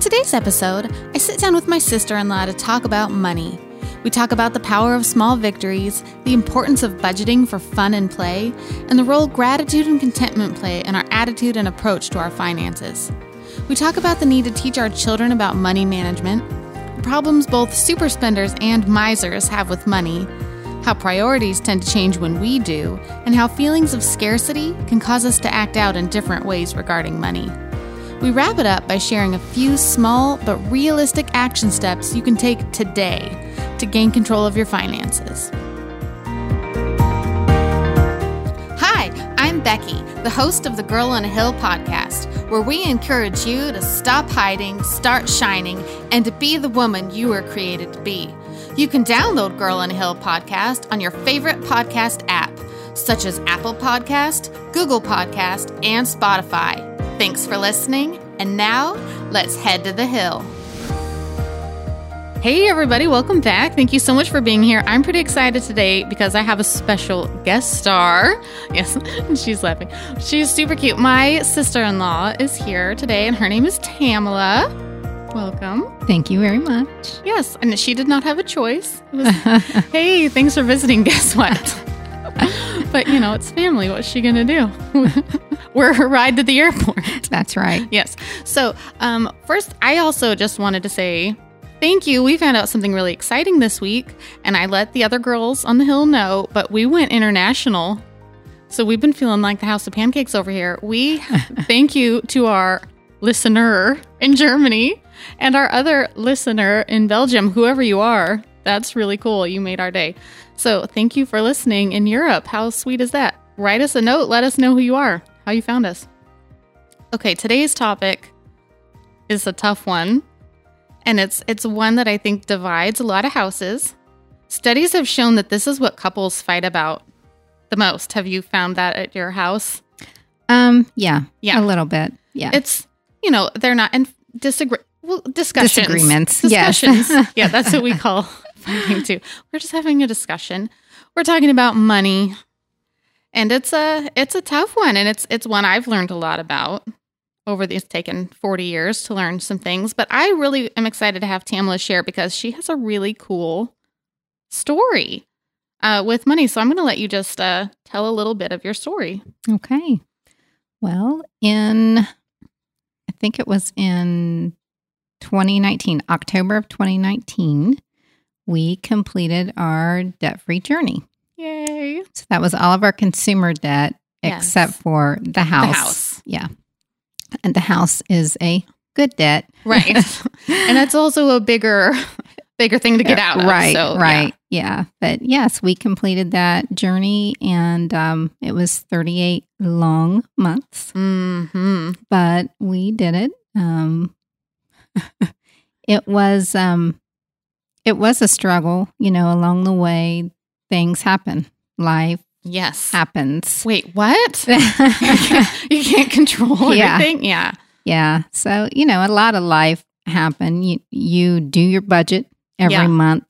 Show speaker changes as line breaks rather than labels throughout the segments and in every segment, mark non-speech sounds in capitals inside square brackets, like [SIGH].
today's episode, I sit down with my sister in law to talk about money. We talk about the power of small victories, the importance of budgeting for fun and play, and the role gratitude and contentment play in our attitude and approach to our finances. We talk about the need to teach our children about money management, the problems both super spenders and misers have with money, how priorities tend to change when we do, and how feelings of scarcity can cause us to act out in different ways regarding money. We wrap it up by sharing a few small but realistic action steps you can take today to gain control of your finances. Hi, I'm Becky, the host of the Girl on a Hill podcast, where we encourage you to stop hiding, start shining, and to be the woman you were created to be. You can download Girl on a Hill podcast on your favorite podcast app, such as Apple Podcast, Google Podcast, and Spotify. Thanks for listening, and now let's head to the hill. Hey, everybody, welcome back. Thank you so much for being here. I'm pretty excited today because I have a special guest star. [LAUGHS] Yes, she's laughing. She's super cute. My sister in law is here today, and her name is Tamala. Welcome.
Thank you very much.
Yes, and she did not have a choice. It was, [LAUGHS] hey, thanks for visiting. [LAUGHS] Guess
[LAUGHS]
what? but, you know, it's family. What's she going to do? [LAUGHS] We're her ride to the airport.
That's right.
Yes. So, um, first, I also just wanted to say thank you. We found out something really exciting this week, and I let the other girls on the hill know, but we went international. So, we've been feeling like the House of Pancakes over here. We thank you to our listener in Germany and our other listener in Belgium, whoever you are. That's really cool. You made our day. So, thank you for listening in Europe. How sweet is that? Write us a note. Let us know who you are, how you found us. Okay, today's topic is a tough one, and it's it's one that I think divides a lot of houses. Studies have shown that this is what couples fight about the most. Have you found that at your house?
Um, yeah,
Yeah.
a little bit. Yeah,
It's you know they're not and disagree well discussions
Disagreements, yes.
discussions
[LAUGHS]
yeah that's what we call [LAUGHS] fighting too. We're just having a discussion. We're talking about money, and it's a it's a tough one, and it's it's one I've learned a lot about over these taken 40 years to learn some things but i really am excited to have tamla share because she has a really cool story uh, with money so i'm going to let you just uh, tell a little bit of your story
okay. Well, in I think it was in 2019, October of 2019, we completed our debt-free journey.
yay
So that was all of our consumer debt
Yes.
except for the
the
house.
house
Yeah, and the house is a good debt, [LAUGHS]
right and that's also a bigger [LAUGHS] bigger thing to get out of.
Right,
so, yeah.
right, yeah. But yes, we completed that journey, and um, it was thirty-eight long months,
Mhm.
but we did it. Um, [LAUGHS] it was um, it was a struggle, you know. Along the way, things happen. Life
yes
happens. [LAUGHS]
wait what you, can't, you can't control
Yeah.
everything yeah
yeah. So you know, a lot of life happen. You you do your budget every
Yeah.
month,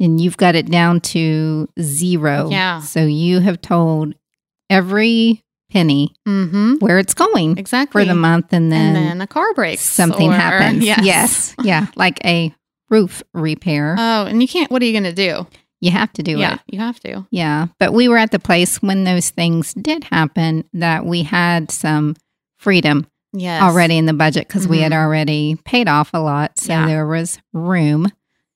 and you've got it down to zero.
Yeah.
So you have told every penny
mm-hmm
where it's going
exactly
for the month, and then,
and then a car breaks
something
or- [LAUGHS]
happens.
yes.
yes. Yeah. Like a roof repair.
oh and you can't what are you gonna do
you have to do
yeah
it.
you have to
Yeah. But we were at the place when those things did happen that we had some freedom
yes
already in the budget because we had
Mhm.
already paid off a lot. So
Yeah.
there was room.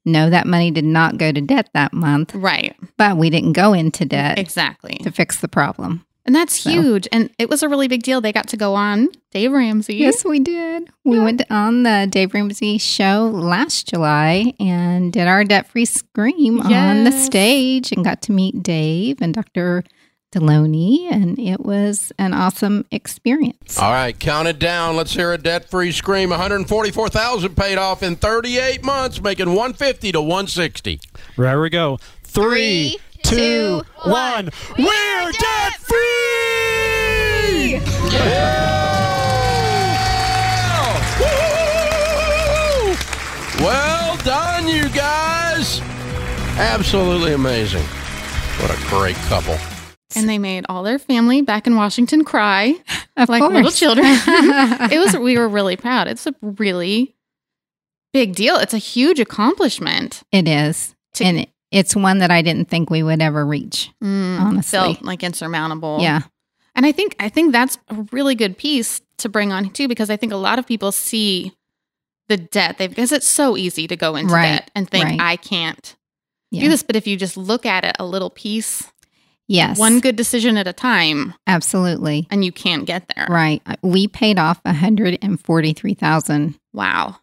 No, that money did not go to debt that month,
right
but we didn't go into debt
exactly
to fix the problem.
and that's
So.
huge and it was a really big deal they got to go on dave ramsey
Yes, we did. We
Yeah.
went on the Dave Ramsey show last July and did our debt free scream on the
Yes.
stage and got to meet Dave and Dr. Deloney, and it was an awesome experience.
All right, count it down. Let's hear a debt-free scream. 144,000 paid off in 38 months, making 150 to 160.
There we go. Three, two, one. We're debt free.
Well done, you guys. Absolutely amazing. What a great couple.
and they made all their family back in washington cry
Of
like
course. [LAUGHS]
little children. it was we were really proud. It's a really big deal. It's a huge accomplishment.
It is.
To-
and it, it's one that I didn't think we would ever reach.
Mm,
Honestly.
felt like insurmountable.
Yeah.
And I think I think that's a really good piece to bring on too, because I think a lot of people see the debt they because it's so easy to go into
Right,
debt and think
right.
I can't
yeah.
do this. But if you just look at it a little piece,
Yes.
one good decision at a time,
absolutely.
and you can get there.
Right. Uh, We paid off $143,000
Wow.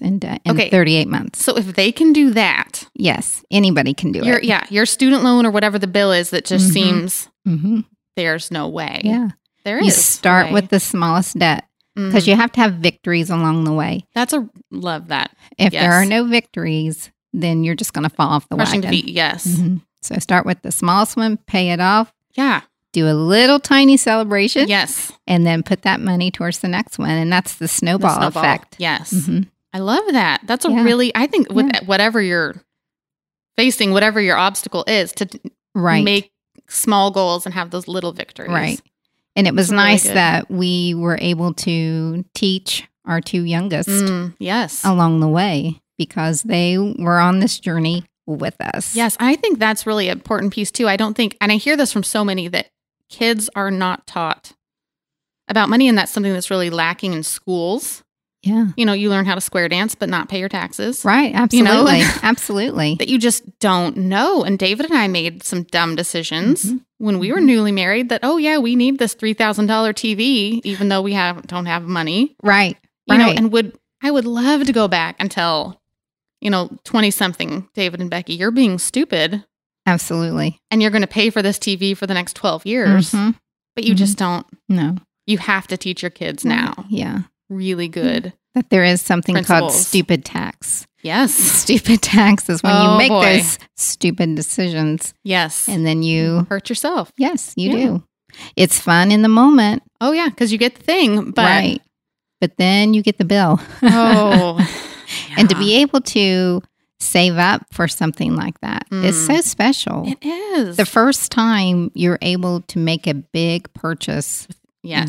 in debt in
Okay.
38 months.
So if they can do that,
Yes. Anybody can do
your
it.
yeah, your student loan or whatever the bill is that just
Mhm.
seems
hmm
there's no way.
Yeah.
e- There is. Mm-hmm.
You start with the smallest debt because you have to have victories along the way.
That's a love that.
If there are
Yes.
no victories, then you're just going to fall off the
Crushing
wagon.
defeat. Yes.
Mhm. So start with the smallest one, pay it off,
Yeah.
do a little tiny celebration,
Yes.
and then put that money towards the next one. And that's the
The
snowball,
snowball.
effect.
Yes.
Mhm.
I love that. That's a
Yeah.
really, I think, with whatever you're facing, whatever your obstacle is, to d-
Right.
make small goals and have those little victories.
Right. and it was
It's really
nice
good.
that we were able to teach our two youngest
Mm, yes.
along the way because they were on this journey with us.
Yes. I think that's really an important piece, too. I don't think, and I hear this from so many that kids are not taught about money. And that's something that's really lacking in schools.
Yeah.
You know, you learn how to square dance, but not pay your taxes.
Right.
You know? [LAUGHS]
Absolutely. Absolutely.
that you just don't know. And David and I made some dumb decisions
Mhm.
when we were
Mhm.
newly married that, oh, yeah, we need this $3,000 TV, even though we have, don't have money,
Right.
you know,
Right.
and would, I would love to go back and tell, you know, 20 something David and Becky, you're being stupid
Absolutely.
and you're going to pay for this TV for the next 12 years.
Mhm.
But you just don't,
No.
you have to teach your kids now.
Yeah.
Really good.
That there is something called
Principles.
stupid tax.
Yes.
Stupid [LAUGHS] tax is when
Oh,
you make
boy.
those stupid decisions
Yes.
and then you,
hurt yourself.
yes, you
Yeah.
do. It's fun in the moment.
Oh, yeah. Cause you get the thing, but
right. But then you get the bill.
oh,
[LAUGHS] and to
Yeah.
be able to save up for something like that is
Mm.
so special.
It is.
the first time you're able to make a big purchase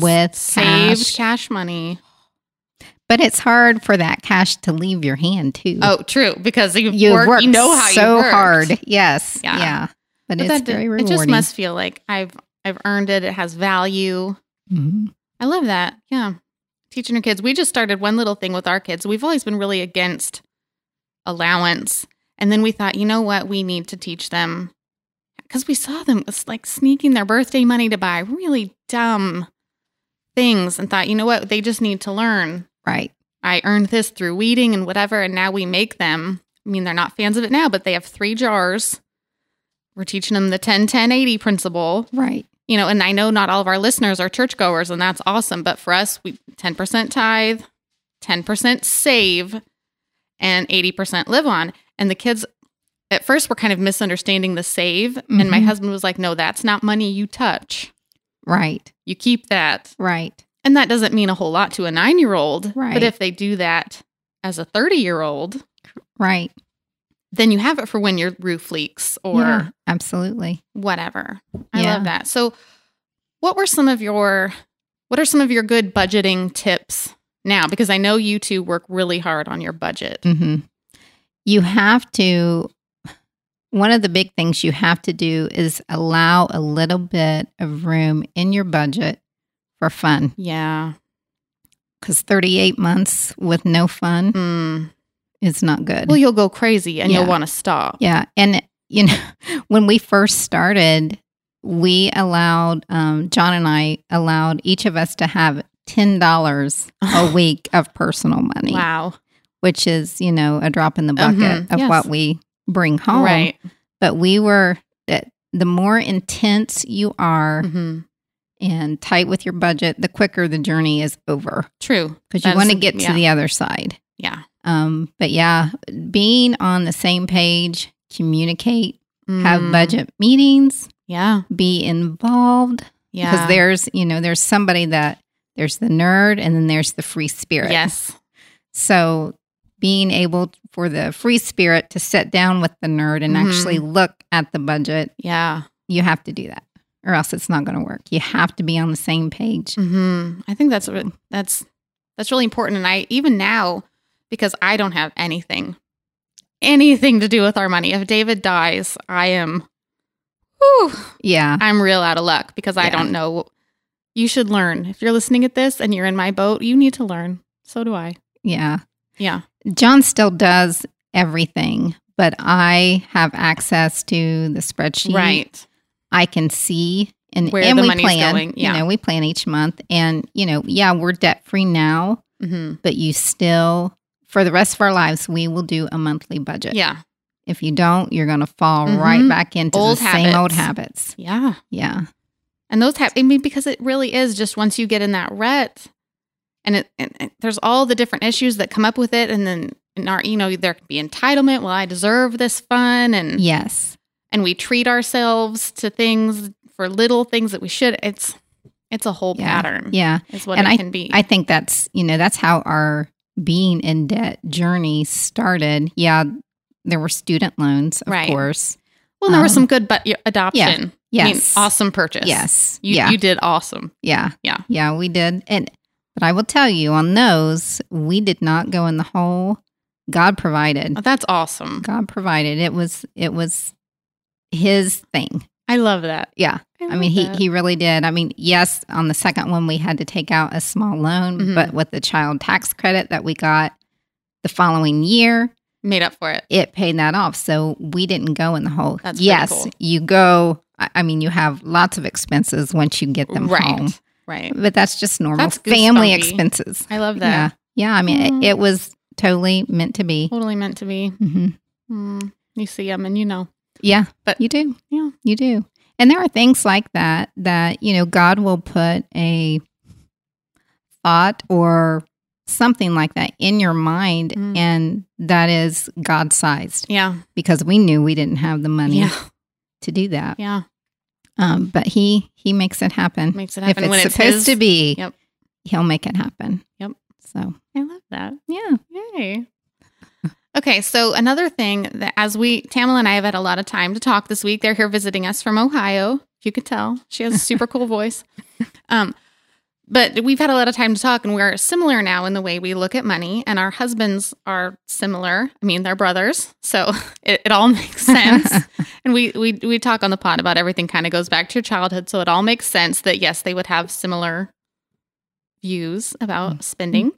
with
saved
cash.
cash. money.
But it's hard for that cash to leave your hand too.
Oh, true. Because you've
you
worked,
work
you know how
so
you worked.
hard. Yes, yeah,
Yeah.
But,
But
it's
that-
very
it
rewarding.
just must feel like I've I've earned it. It has value.
Mhm.
I love that. Yeah. Teaching your kids. We just started one little thing with our kids. We've always been really against allowance. And then we thought, you know what? We need to teach them because we saw them it's like sneaking their birthday money to buy really dumb things and thought, you know what? They just need to learn
Right,
I earned this through weeding and whatever, and now we make them. I mean, they're not fans of it now, but they have three jars. We're teaching them the 10 10 80 principle,
right,
you know, and I know not all of our listeners are churchgoers, and that's awesome. But for us, we 10% tithe, 10% save, and 80% live on. And the kids at first were kind of misunderstanding the save. And my
Mhm.
husband was like, no, that's not money you touch.
right,
You keep that.
right,
And that doesn't mean a whole lot to a nine year old.
Right.
But if they do that as a 30 year old,
right.
then you have it for when your roof leaks or
yeah, absolutely.
whatever. I
Yeah.
love that. So, what were some of your what are some of your good budgeting tips now? Because I know you two work really hard on your budget.
hmm You have to. One of the big things you have to do is allow a little bit of room in your budget for fun.
Yeah.
Because 38 months with no fun
Mm.
is not good.
Well, you'll go crazy and
Yeah.
you'll want to stop.
Yeah. And, you know, [LAUGHS] when we first started, we allowed, um, John and I allowed each of us to have $10
[LAUGHS]
a week of personal money,
Wow.
which is, you know, a drop in the bucket
Mhm.
of
Yes.
what we bring home.
Right.
But we were, the the more intense you are
hmm
and tight with your budget, the quicker the journey is over
True.
because you
That's-
want to get to
yeah.
the other side.
Yeah.
Um, but yeah, being on the same page, communicate, have
Mm.
budget meetings,
Yeah.
be involved
Yeah.
because there's you know there's somebody that there's the nerd and then there's the free spirit
Yes.
so being able for the free spirit to sit down with the nerd and
Mhm.
actually look at the budget
Yeah.
you have to do that or else it's not going to work you have to be on the same page
Mm-hmm. hmm I think that's re- that's that's really important, and I even now because I don't have anything, anything to do with our money. If David dies, I am, whew,
Yeah.
I'm real out of luck because I
Yeah.
don't know. You should learn. If you're listening at this and you're in my boat, you need to learn. So do I.
Yeah.
Yeah.
John still does everything, but I have access to the spreadsheet.
Right.
I can see and,
Where
and
the
we
money's
plan.
going, yeah.
You know, we plan each month. And, you know, yeah, we're debt free now,
hmm
but you still, for the rest of our lives, we will do a monthly budget.
Yeah.
If you don't, you're going to fall
Mhm.
right back into
Old
the same
habits.
old
Mm-hmm.
habits.
Yeah.
Yeah.
And those have, I mean, because it really is just once you get in that rut, and, it, and, and there's all the different issues that come up with it, and then and our, you know, there could be entitlement. Well, I deserve this fun, and
Yes.
and we treat ourselves to things for little things that we should. It's it's a whole
Yeah.
pattern.
Yeah.
is what
And
it can be.
I think that's, you know, that's how our being in debt journey started. Yeah. There were student loans, of
Right.
course.
well, there
um,
was some good, but your adoption.
Yes.
I mean, awesome purchase.
Yes.
you
yeah.
you did awesome.
yeah.
Yeah.
Yeah. We did. And, but I will tell you on those, we did not go in the hole. God provided.
Oh, that's awesome.
God provided. It was, it was his thing.
I love that.
Yeah. I
love
mean, he,
that.
he really did. I mean, yes, on the second one, we had to take out a small loan,
Mhm.
but with the child tax credit that we got the following year,
made up for it.
it paid that off. So we didn't go in the hole.
That's pretty
yes,
cool.
you go. I I mean, you have lots of expenses once you get them
right,
home,
right.
but that's just normal
That's
family
goosebumpy.
expenses.
I love that.
Yeah. Yeah. I mean,
Mm.
it, it was totally meant to be.
totally meant to be.
hmm
Mm, you see them and you know.
Yeah.
But-
you do.
Yeah.
You do. And there are things like that that, you know, God will put a thought or something like that in your mind
Mm.
and that is God sized
Yeah.
because we knew we didn't have the money [LAUGHS]
Yeah.
to do that.
Yeah.
Um, but he he makes it happen.
Makes it happen
if
when
it's
it's
supposed
his-
to be,
Yep.
he'll make it happen.
Yep.
So
I love that.
yeah.
Yay. Okay, so another thing that as we Tamala and I have had a lot of time to talk this week. They're here visiting us from Ohio. If you could tell, she has a super cool voice. Um, but we've had a lot of time to talk, and we're similar now in the way we look at money, and our husbands are similar. I mean, they're brothers, so [LAUGHS] it, it all makes sense. and we we we talk on the pod about everything. Kind of goes back to your childhood, so it all makes sense that yes, they would have similar views about spending.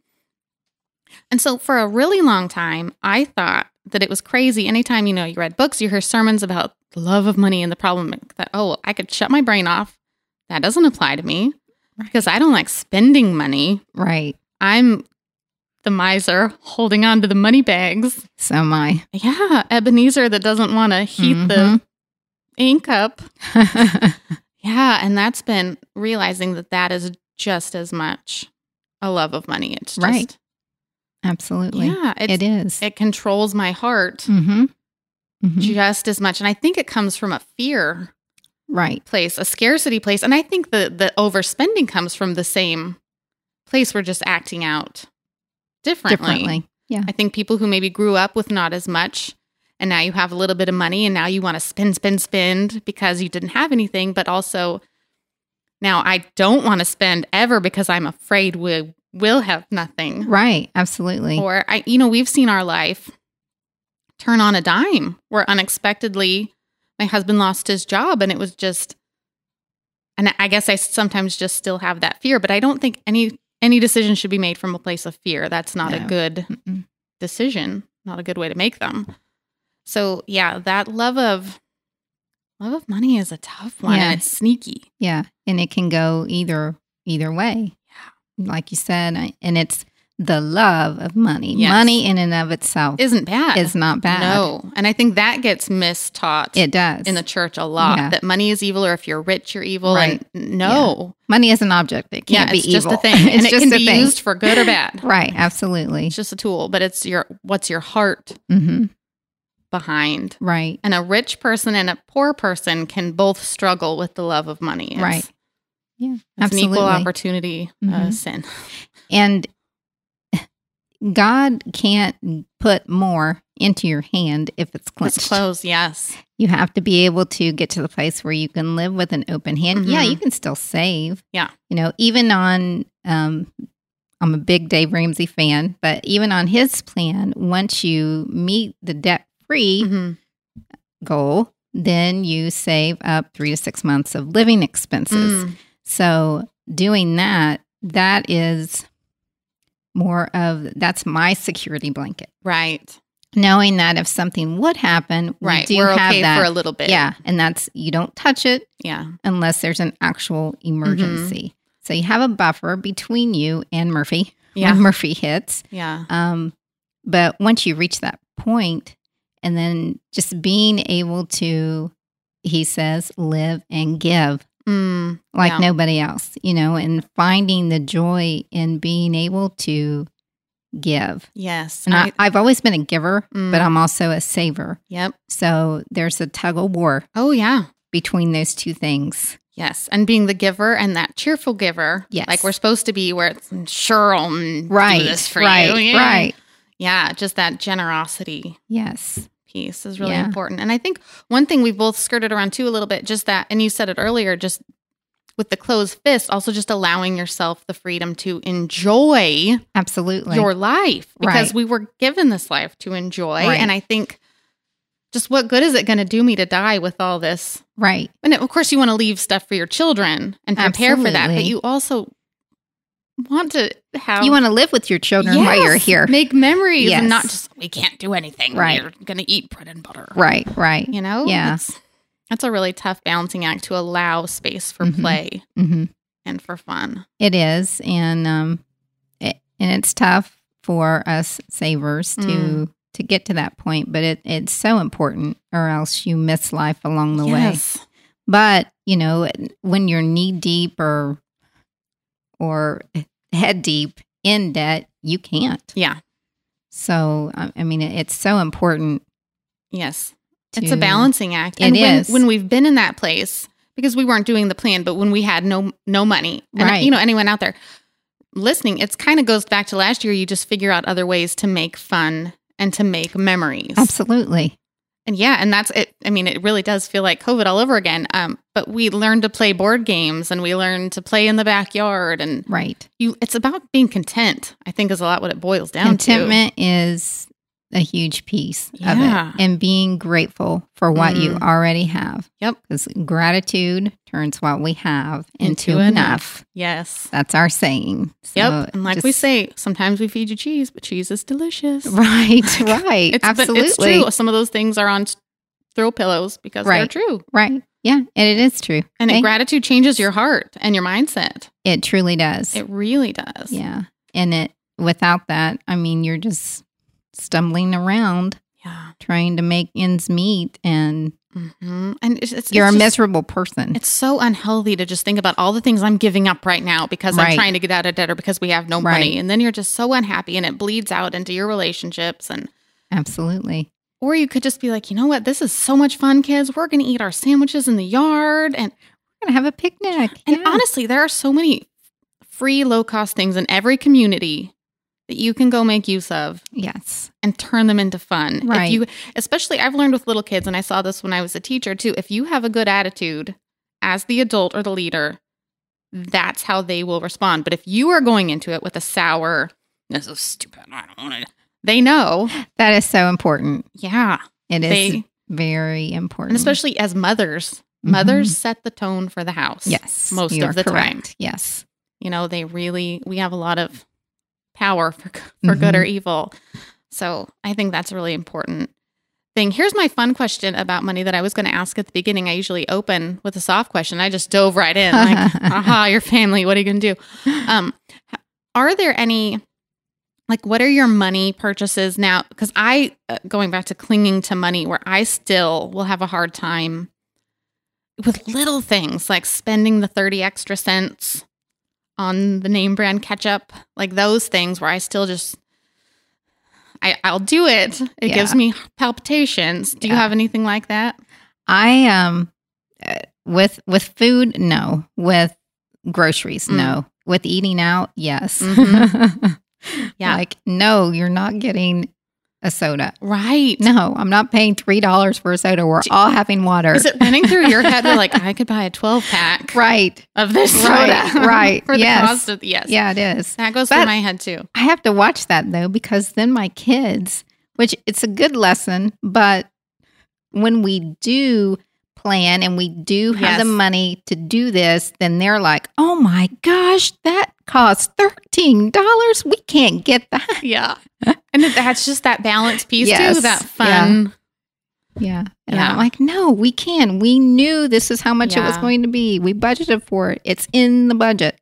And so for a really long time, I thought that it was crazy. Anytime, you know, you read books, you hear sermons about the love of money and the problem that, oh, well, I could shut my brain off. That doesn't apply to me because I don't like spending money.
Right.
I'm the miser holding on to the money bags.
So my
Yeah, Ebenezer that doesn't want to heat the
Mhm.
ink up. Yeah, and that's been realizing that that is just as much a love of money. It's just,
Right. [LAUGHS] Absolutely.
Yeah, it's,
it is.
it controls my heart.
Mm-hmm.
just as much. And I think it comes from a fear
Right.
place, a scarcity place. And I think the the overspending comes from the same place. We're just acting out differently.
Differently. Yeah.
I think people who maybe grew up with not as much and now you have a little bit of money and now you want to spend, spend, spend because you didn't have anything, but also now I don't want to spend ever because I'm afraid we will have nothing.
Right. Absolutely.
Or I, you know, we've seen our life turn on a dime where unexpectedly my husband lost his job and it was just and I guess I sometimes just still have that fear, but I don't think any any decision should be made from a place of fear. That's not a
No.
good
Mm-mm.
decision, not a good way to make them. So yeah, that love of love of money is a tough one
Yeah.
and it's sneaky.
yeah. And it can go either either way. Yeah. Like you said, I- and it's the love of money.
Yes.
Money in and of itself
Isn't bad.
is not bad.
No. And I think that gets mistaught.
It does.
in the church a lot
Yeah.
that money is evil or if you're rich you're evil
Right.
and no
money is an object. It
yeah,
can't be
it's
evil.
just a
[LAUGHS]
thing and it can be used for good or bad
Right. Absolutely.
it's just a tool but it's your what's your heart
hmm
behind
Right.
and a rich person and a poor person can both struggle with the love of money It's-
Right. Yeah.
it's an
absolutely.
equal opportunity uh,
Mhm.
sin [LAUGHS]
And [LAUGHS] God can't put more into your hand if it's clenched.
it's close yes
You have to be able to get to the place where you can live with an open hand. Yeah,
Mhm.
you can still save.
Yeah.
You know, even on um I'm a big Dave Ramsey fan, but even on his plan, once you meet the debt free
Mhm.
goal, then you save up three to six months of living expenses.
Mm.
So doing that, that is more of that's my security blanket.
Right.
Knowing that if something would happen, we
Right.
do
We're
have
okay
that.
for a little bit.
yeah, and that's you don't touch it
Yeah.
unless there's an actual emergency. So you have a buffer between you and Murphy
Mm-hmm.
[LAUGHS]
Yeah.
when Murphy hits.
Yeah.
Um, but once you reach that point, and then just being able to, he says, live and give
Mm.
like
Yeah.
nobody else, you know, and finding the joy in being able to give.
Yes.
And I, I've always been a giver,
Mm.
but I'm also a saver.
Yep.
So there's a tug of war
Oh yeah.
between those two things.
Yes. And being the giver and that cheerful giver.
Yes.
Like we're supposed to be where it's "I'm sure I'll mm,
Right.
do this for
right.
you. Yeah.
Right.
Yeah. Just that generosity
Yes.
piece is really
Yeah.
important. And I think one thing we both skirted around too a little bit, just that, and you said it earlier, just with the closed fist, also just allowing yourself the freedom to enjoy
Absolutely.
your life because
Right.
we were given this life to enjoy.
Right.
And I think just what good is it going to do me to die with all this?
right.
And of course, you want to leave stuff for your children and prepare for that, but
Absolutely.
you also want to have
You want to live with your children while you're
Oh. Yes,
here.
make memories and not
Yes.
just we can't do anything.
Right.
We're going to eat bread and butter.
Right. Right.
You know?
Yeah.
That's, that's a really tough balancing act to allow space for
Mhm.
play
Mm-hmm.
and for fun.
It is, and um, it, and it's tough for us savers to
Mm.
to get to that point, but it it's so important, or else you miss life along the way.
yes.
But you know, when you're knee deep or or head deep in debt, you can't.
Yeah.
So I I mean, it's so important.
Yes.
To,
It's a balancing act.
It
and when,
is.
when we've been in that place, because we weren't doing the plan, but when we had no no money, and
Right.
you know, anyone out there listening, it's kind of goes back to last year. You just figure out other ways to make fun and to make memories.
Absolutely,
And yeah, and that's it. I mean, it really does feel like COVID all over again. Um, but we learned to play board games and we learned to play in the backyard and
right.
you it's about being content, I think is a lot what it boils down
Contentment is a huge piece
Yeah. Mm.
of it and being grateful for what you already have.
Yep.
Because gratitude turns what we have into,
Into
enough.
enough. to. Yes.
That's our saying. So
Yep. And like we
Uh, just-
say, sometimes we feed you cheese, but cheese is delicious.
[LAUGHS] Right, right.
[LAUGHS] It's,
absolutely.
But it's true. Some of those things are on s- throw pillows because
Right.
they're true.
Right. Yeah. And it is true.
And
Okay?
it, gratitude changes your heart and your mindset.
it truly does.
It really does.
yeah. And it without that, I mean you're just stumbling around
Yeah.
trying to make ends meet and
hmm And it's, it's
you're
it's
a
just-
miserable person.
It's so unhealthy to just think about all the things I'm giving up right now because I'm
Right.
trying to get out of debt or because we have no money.
Right.
And then you're just so unhappy and it bleeds out into your relationships and
Absolutely.
or you could just be like, you know what, this is so much fun, kids. We're gonna eat our sandwiches in the yard. And
We're gonna have a picnic.
and
Yeah.
honestly, there are so many free, low cost things in every community that you can go make use of
Yes.
and turn them into fun.
Right.
If you especially I've learned with little kids and I saw this when I was a teacher too, if you have a good attitude as the adult or the leader, that's how they will respond. But if you are going into it with a sour, this is stupid, I don't want to they know.
That is so important.
Yeah.
It is
They
very important.
and especially as mothers,
Mhm.
mothers set the tone for the house.
Mm-hmm. Yes.
most
you
of
are
the time.
correct. Yes.
You know, they really we have a lot of power for g- for good or evil. So, I think that's a really important thing. Here's my fun question about money that I was going to ask at the beginning. I usually open with a soft question. I just dove right in like, "Aha, your family, what are you going to do?" Um h- are there any like what are your money purchases now because i uh, going back to clinging to money where i still will have a hard time with little things like spending the 30 extra cents on the name brand ketchup like those things where i still just I, i'll do it it
Yeah.
gives me palpitations do you
Yeah.
have anything like that
I um uh, with with food no with groceries
Mm.
no with eating out yes
Mhm. Yeah.
[LAUGHS] like no you're not getting a soda.
Right.
[LAUGHS] No, I'm not paying three dollars for a soda. We're all having water.
Is it running through your head? You're like, I could buy a 12 pack
[LAUGHS] right?
of this
Right,
soda. [LAUGHS]
right.
For the
Yes.
cost of, yes.
Yeah, it is.
That goes
But-
through my head
[LAUGHS]
too.
I have to watch that though because then my kids, which it's a good lesson, but when we do plan and we do have the
Yes.
money to do this, then they're like, "Oh my gosh, that costs thirteen dollars. We can't get that."
Yeah. and it- that's just that balance piece
Yes.
too, that fun.
Yeah, and
Yeah.
I'm like, "No, we can. We knew this is how much it was
Yeah.
going to be. We budgeted for it. It's in the budget."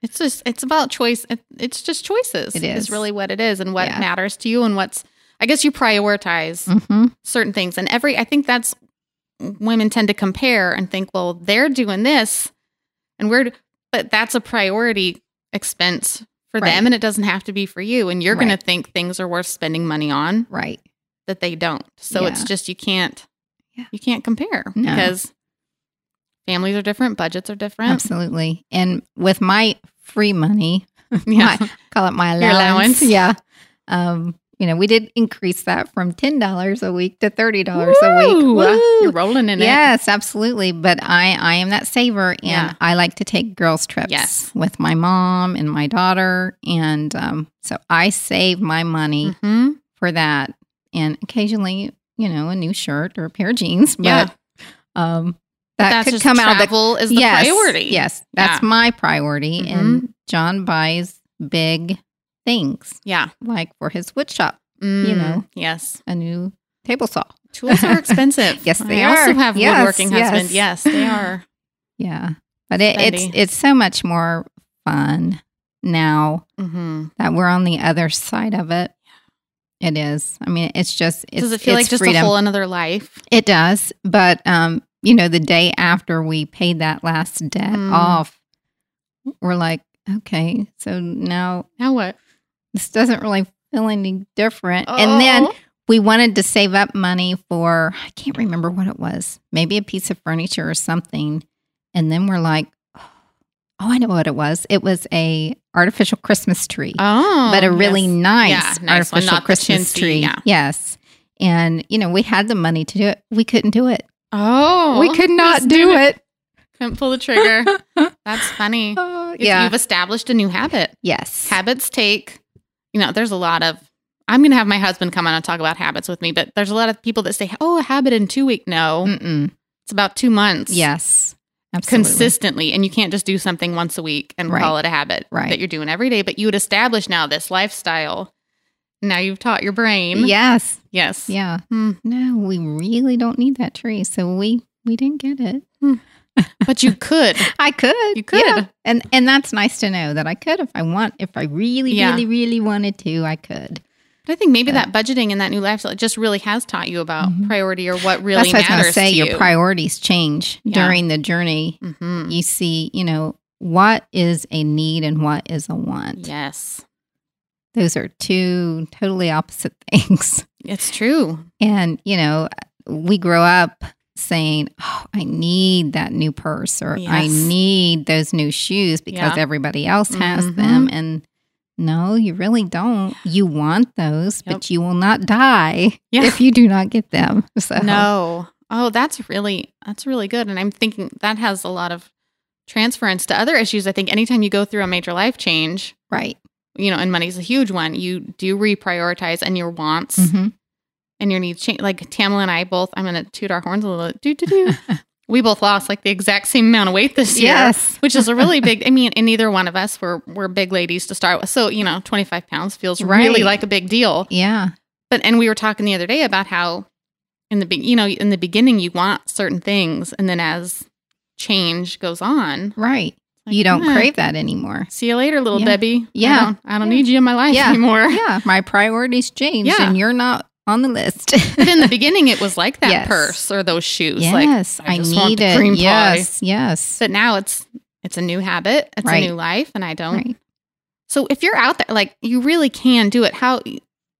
It's just, it's about choice. It, it's just choices.
It is.
Is really what it is and what
Yeah.
matters to you and what's, I guess you prioritize
Mm-hmm.
certain things. And every, I think that's women tend to compare and think, well, they're doing this and we're, but that's a priority expense for
Right.
them and it doesn't have to be for you. And you're going
Right.
to think things are worth spending money on
Right.
that they don't. So it's
Yeah.
just you can't,
Yeah.
you can't compare
No.
because families are different, budgets are different.
Absolutely. And with my free money,
[LAUGHS] [LAUGHS] Yeah.
my, call it my
Your
allowance.
allowance.
Yeah. Um, you know, we did increase that from ten dollars a week to thirty dollars a week.
Woo! You're
Woo!
rolling in it.
Yes, absolutely. But I, I am that saver, and
Yeah.
I like to take girls trips
Yes.
with my mom and my daughter, and um, so I save my money
hmm
for that, and occasionally, you know, a new shirt or a pair of jeans. But
Yeah.
um, that
that's
could
just
come out of the
travel is the priority.
Yes, that's
Yeah. Mm-hmm.
my priority. And John buys big things,
Yeah.
like for his wood shop,
Mm,
know.
Yes.
a new table saw.
Tools
[LAUGHS]
are expensive.
Yes, they
I
are.
also have
Yes,
woodworking husband. Yes,
yes.
they
[LAUGHS]
are.
Yeah, but it, it's
Spendy.
it's so much more fun now
Mm-hmm.
that we're on the other side of it. It is. I mean, it's just. It's,
Does it feel
it's
like just
freedom.
a whole another life?
It does, but um, you know, the day after we paid that last debt
Mm.
off, we're like, okay, so now
Now what?
this doesn't really feel any different.
Oh.
And then we wanted to save up money for, I can't remember what it was, maybe a piece of furniture or something. And then we're like, oh, I know what it was. It was a artificial Christmas tree,
oh,
but a really
yes.
nice,
Yeah, nice one,
artificial
not the
Christmas
chintzy,
tree.
yeah.
Yes. And, you know, we had the money to do it. We couldn't do it.
Oh,
we could not
Just
do
didn't-
it.
Couldn't pull the
[LAUGHS]
trigger. That's funny.
Oh,
It's-
yeah.
You've established a new habit.
yes.
habits take you know there's a lot of i'm going to have my husband come on and talk about habits with me but there's a lot of people that say oh a habit in two week no
Mm-mm.
it's about two months
Yes. Mm. Absolutely.
consistently and you can't just do something once a week and
Right.
call it a habit
Right.
that you're doing every day but you would establish now this lifestyle now you've taught your brain
Yes.
yes
Yeah.
Hmm.
No, we really don't need that tree. So we we didn't get it.
[LAUGHS] but you could
I could.
You could.
Yeah. And and that's nice to know that I could if I want if I really
Yeah.
really really wanted to, I could.
but i think maybe
Yeah.
that budgeting and that new lifestyle it just really has taught you about
Mhm.
priority or what really
that's what I was
matters
going to say
to
your
you
priorities change
Yeah.
during the journey.
Mhm.
You see, you know, what is a need and what is a want?
yes
Those are two totally opposite [LAUGHS] things.
it's true
And, you know, we grow up saying, Oh, I need that new purse or I
Yes.
need those new shoes because
Yeah.
everybody else has
Mhm.
them. And no, you really don't. You want those, but you will not die
Yeah.
if you do not get them. [LAUGHS] So,
No. Oh, that's really that's really good. And I'm thinking that has a lot of transference to other issues. I think anytime you go through a major life change,
right.
you know, and money's a huge one, you do reprioritize and your wants
Mhm.
and your needs change. Like Tamala and I both, I'm gonna toot our horns a little do do
[LAUGHS]
do. we both lost like the exact same amount of weight this year.
Yes.
Which is a really
[LAUGHS]
big I mean, and neither one of us were were big ladies to start with. So, you know, twenty five pounds feels
Right.
really like a big deal.
Yeah.
But and we were talking the other day about how in the be- you know in the beginning you want certain things and then as change goes on,
Right.
like,
you don't
"Ah,
crave that anymore.
See you later, little
Yeah.
Debbie.
Yeah.
I don't, I don't
Yeah.
need you in my life
Yeah.
anymore.
yeah. My priorities change
Yeah.
and you're not on the list.
[LAUGHS] But
[LAUGHS]
in the beginning, it was like that
Yes.
purse or those shoes. Like,
yes.
I
I,
just want
need
the
it.
cream pie.
yes. Yes.
but now it's it's a new habit, it's
Right.
a new life, and I don't.
Right.
So if you're out there, like you really can do it. How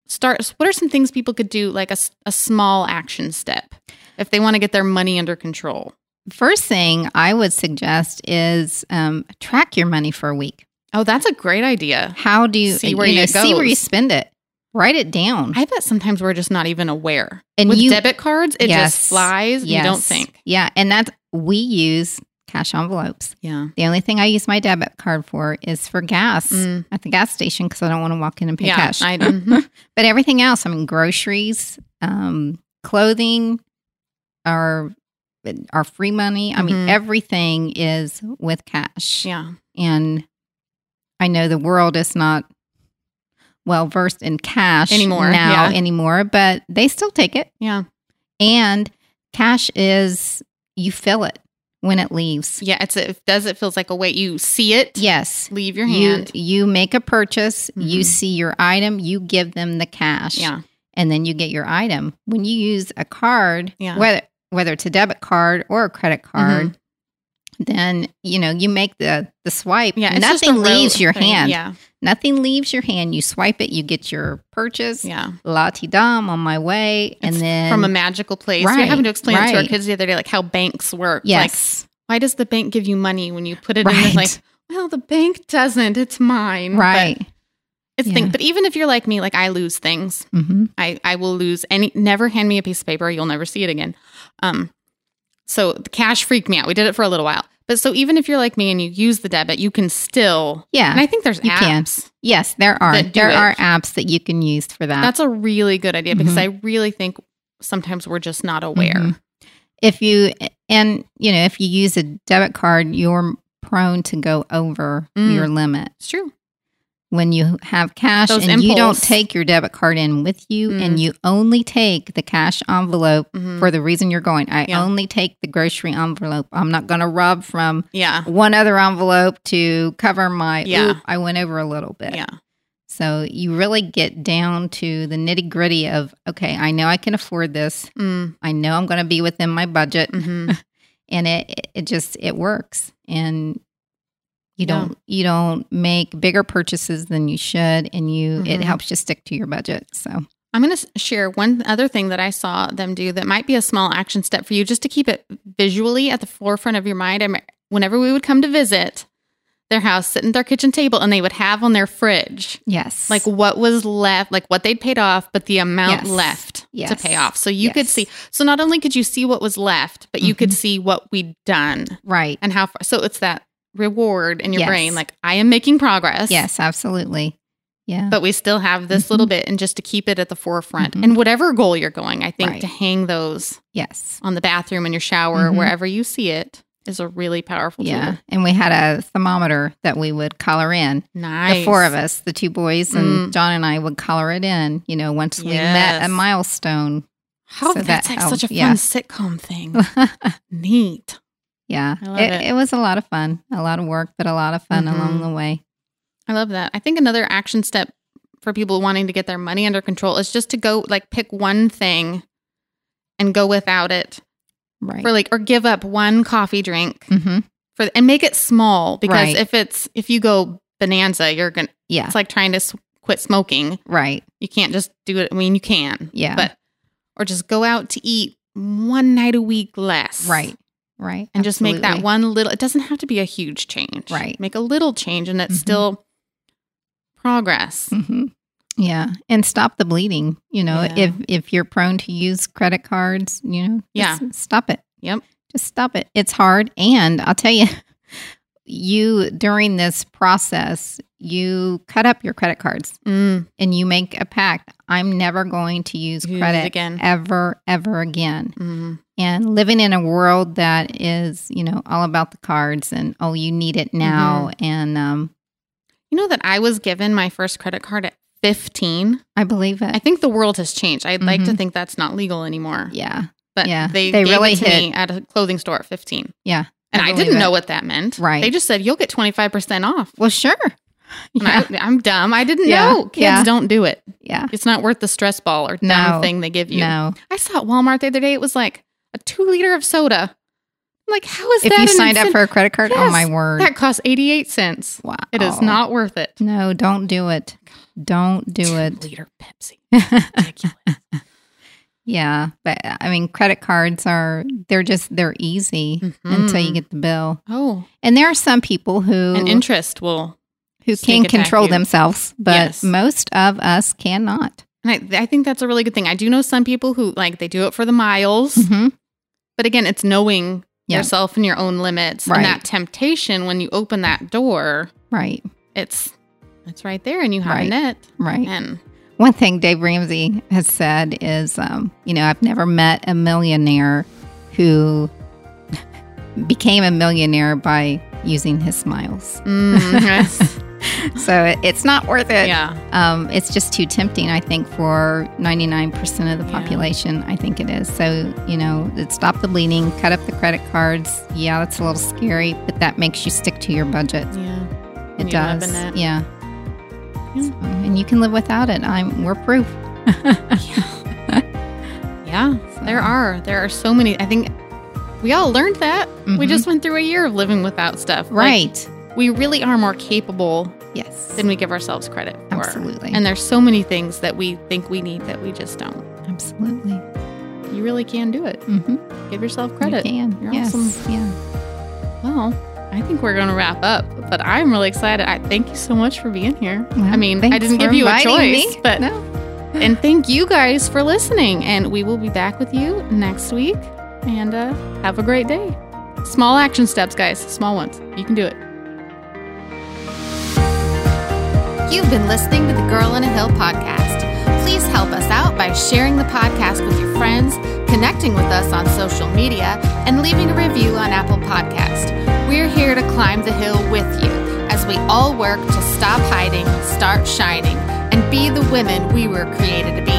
start? What are some things people could do, like a s- a small action step, if they want to get their money under control?
First thing I would suggest is um, track your money for a week.
Oh, that's a great idea.
How do you
See where
you know,
it
see where you
goes.
spend it? Write it down.
I bet sometimes we're just not even aware.
And
With
you-
debit cards, it
Yes.
just flies. and You don't think.
Yeah. And that's, we use cash envelopes.
Yeah.
The only thing I use my debit card for is for gas
Mm.
at the gas station because I don't want to walk in and pay
yeah.
cash. [LAUGHS]
I, mhm.
but everything else, I mean, groceries, um, clothing, our, our free money. I mean,
Mhm.
everything is with cash.
yeah.
and I know the world is not well versed in cash
Anymore,
now
yeah.
anymore, but they still take it.
Yeah.
And cash is you feel it when it leaves.
Yeah. It's it does. It feels like a weight. You see it.
Yes.
Leave your
You
hand.
you make a purchase, you
Mhm.
see your item, you give them the cash.
yeah.
And then you get your item. When you use a card,
Yeah. Mm-hmm.
whether whether it's a debit card or a credit card, then you know, you make the the swipe.
Yeah. it's just a
Nothing
rote
leaves your
thing.
hand.
Yeah.
Nothing leaves your hand. You swipe it, you get your purchase.
Yeah.
La ti dam on my way, and
It's
then
From a magical place. we were
Right,
having to explain it to our
right.
kids the other day, like how banks work. Like,
yes,
why does the bank give you money when you put it in?
Right.
It's like, well, the bank doesn't. It's mine. But
right,
it's
Yeah.
thing. But even if you're like me, like I lose things.
hmm
I, I will lose any never hand me a piece of paper you'll never see it again um so the cash freaked me out we did it for a little while but so even if you're like me and you use the debit you can still
yeah,
and i think there's
You can.
apps
yes. There are
That do
there
it.
are apps that you can use for that.
that's a really good idea because
Mm-hmm.
i really think sometimes we're just not aware
Mhm. if you and you know if you use a debit card, you're prone to go over
Mm.
your limit
it's true
when you have cash
Those
and you don't
impulse.
take your debit card in with you,
Mm.
and you only take the cash envelope.
Mhm.
For the reason you're going, I
Yeah.
only take the grocery envelope. I'm not going to rob from
yeah
one other envelope to cover my
Yeah.
oop, I went over a little bit.
yeah
So you really get down to the nitty gritty of okay, I know I can afford this.
mm,
I know I'm going to be within my budget,
hmm
and it it just it works. And you
Yeah.
don't you don't make bigger purchases than you should, and you it
Mhm.
helps you stick to your budget. So
i'm going to share one other thing that i saw them do that might be a small action step for you just to keep it visually at the forefront of your mind I mean, whenever we would come to visit their house sit at their kitchen table and they would have on their fridge
yes,
like what was left, like what they'd paid off, but the amount
Yes.
left to
Yes.
pay off. So you could
Yes. Mm-hmm.
see. So not only could you see what was left, but you could see what we'd done
right,
and how far. So it's that reward in your
Yes.
brain, like I am making progress.
yes, absolutely, yeah,
But we still have this
Mhm.
little bit, and just to keep it at the forefront,
Mhm.
and whatever goal you're going, I think
Right.
to hang those
yes.
on the bathroom in your shower,
Mhm.
wherever you see it, is a really powerful
Yeah.
tool.
And we had a thermometer that we would color in.
Nice.
the four of us, the two boys and
Mm.
John and I would color it in, you know, once we met
Yes.
a milestone.
How
So
that's
that
like such a fun
helped. Yeah.
sitcom
[LAUGHS]
thing. Neat.
yeah.
I love
It,
it.
it was a lot of fun, a lot of work, but a lot of fun along
Mhm.
the way.
I love that. I think another action step for people wanting to get their money under control is just to go like pick one thing and go without it
Right.
for like or give up one coffee drink
hmm
for and make it small because
Right.
if it's if you go bonanza you're gonna
Yeah.
it's like trying to s- quit smoking
Right.
you can't just do it I mean you can
Yeah.
but or just go out to eat one night a week less
Right. Right.
and just make that
Absolutely.
one little it doesn't have to be a huge change
Right.
make a little change and it's
Mhm.
still progress
Mhm. Yeah, and stop the bleeding. You know,
Yeah.
if if you're prone to use credit cards, you know, just stop it.
Yep.
just stop it. It's hard, and I'll tell you, [LAUGHS] you during this process, you cut up your credit cards
Mm.
and you make a pact. I'm never going to use
Use it
credit
again.
ever, ever again.
Mm,
And living in a world that is, you know, all about the cards and oh, you need it now,
Mm-hmm.
and um,
You know that I was given my first credit card at 15.
I believe it.
I think the world has changed. I'd like to
Mhm.
think that's not legal anymore.
yeah,
But
yeah.
they,
They
gave
really
it to
hit-
me at a clothing store at 15.
yeah.
And I,
believe
didn't
it.
know what that meant.
Right.
They just said, you'll get 25% off.
Well, sure.
And
Yeah.
I, I'm dumb. I didn't
Yeah.
know. Kids
Yeah.
don't do it.
Yeah.
It's not worth the stress ball or
No.
dumb thing they give you.
No.
I saw at Walmart the other day, it was like a two liter of soda. I'm like, how is
If
that?
you
an
signed up
incent-
for a credit card, oh my
Yes.
word.
That costs 88 cents.
wow.
It is not worth it.
No, don't do it. Don't do
Two
it.
liter [LAUGHS] Pepsi. Ridiculous.
yeah. But I mean, credit cards are, they're just, they're easy until you
Mhm.
get the bill.
Oh,
And there are some people who,
and interest will
who
sneak
can
attack
control
you.
themselves, but
Yes.
most of us cannot.
And I, I think that's a really good thing. I do know some people who like they do it for the miles,
hmm
but again, it's knowing
Yeah.
yourself and your own limits.
Right.
And that temptation when you open that door,
Right,
it's it's right there and you have
Right.
a net.
right. [LAUGHS]
And
One thing Dave Ramsey has said is, um, you know, I've never met a millionaire who [LAUGHS] became a millionaire by using his smiles.
mm, yes.
So it- it's not worth it.
yeah.
Um, it's just too tempting, I think, for 99% of the
Yeah.
population. I think it is. So, you know, it- stop the bleeding, cut up the credit cards. Yeah, that's a little scary, but that makes you stick to your budget.
Yeah.
It
You live
does.
in it.
Yeah. So, and you can live without it. I'm we're proof.
Yeah. There are. There are so many I think we all learned that. We
Mhm.
just went through a year of living without stuff. Like,
Right.
we really are more capable
yes.
than we give ourselves credit for.
Absolutely.
And there's so many things that we think we need that we just don't.
Absolutely.
You really can do it.
Mm-hmm.
Give yourself credit.
You can.
You're
yes.
awesome.
Yeah.
Well, I think we're going to wrap up, but I'm really excited. I thank you so much for being here.
Well,
I mean, I
thanks
didn't
for
give you a
inviting me.
choice, but
No.
and thank you guys for listening. And we will be back with you next week. And uh, have a great day. Small action steps, guys. Small ones. You can do it.
You've been listening to the Girl in a Hill podcast. Please help us out by sharing the podcast with your friends, connecting with us on social media, and leaving a review on Apple Podcast. We're here to climb the hill with you as we all work to stop hiding, start shining, and be the women we were created to be.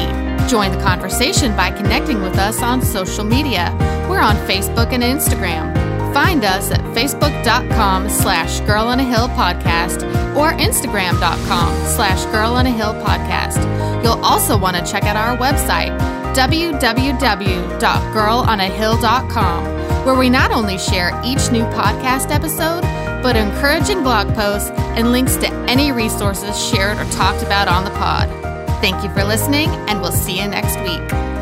Join the conversation by connecting with us on social media. We're on Facebook and Instagram. Find us at facebook.com slash girl on a hill podcast or instagram.com slash girl on a hill podcast. You'll also want to check out our website, www.girlonahill.com, where we not only share each new podcast episode, but encouraging blog posts and links to any resources shared or talked about on the pod. Thank you for listening, and we'll see you next week.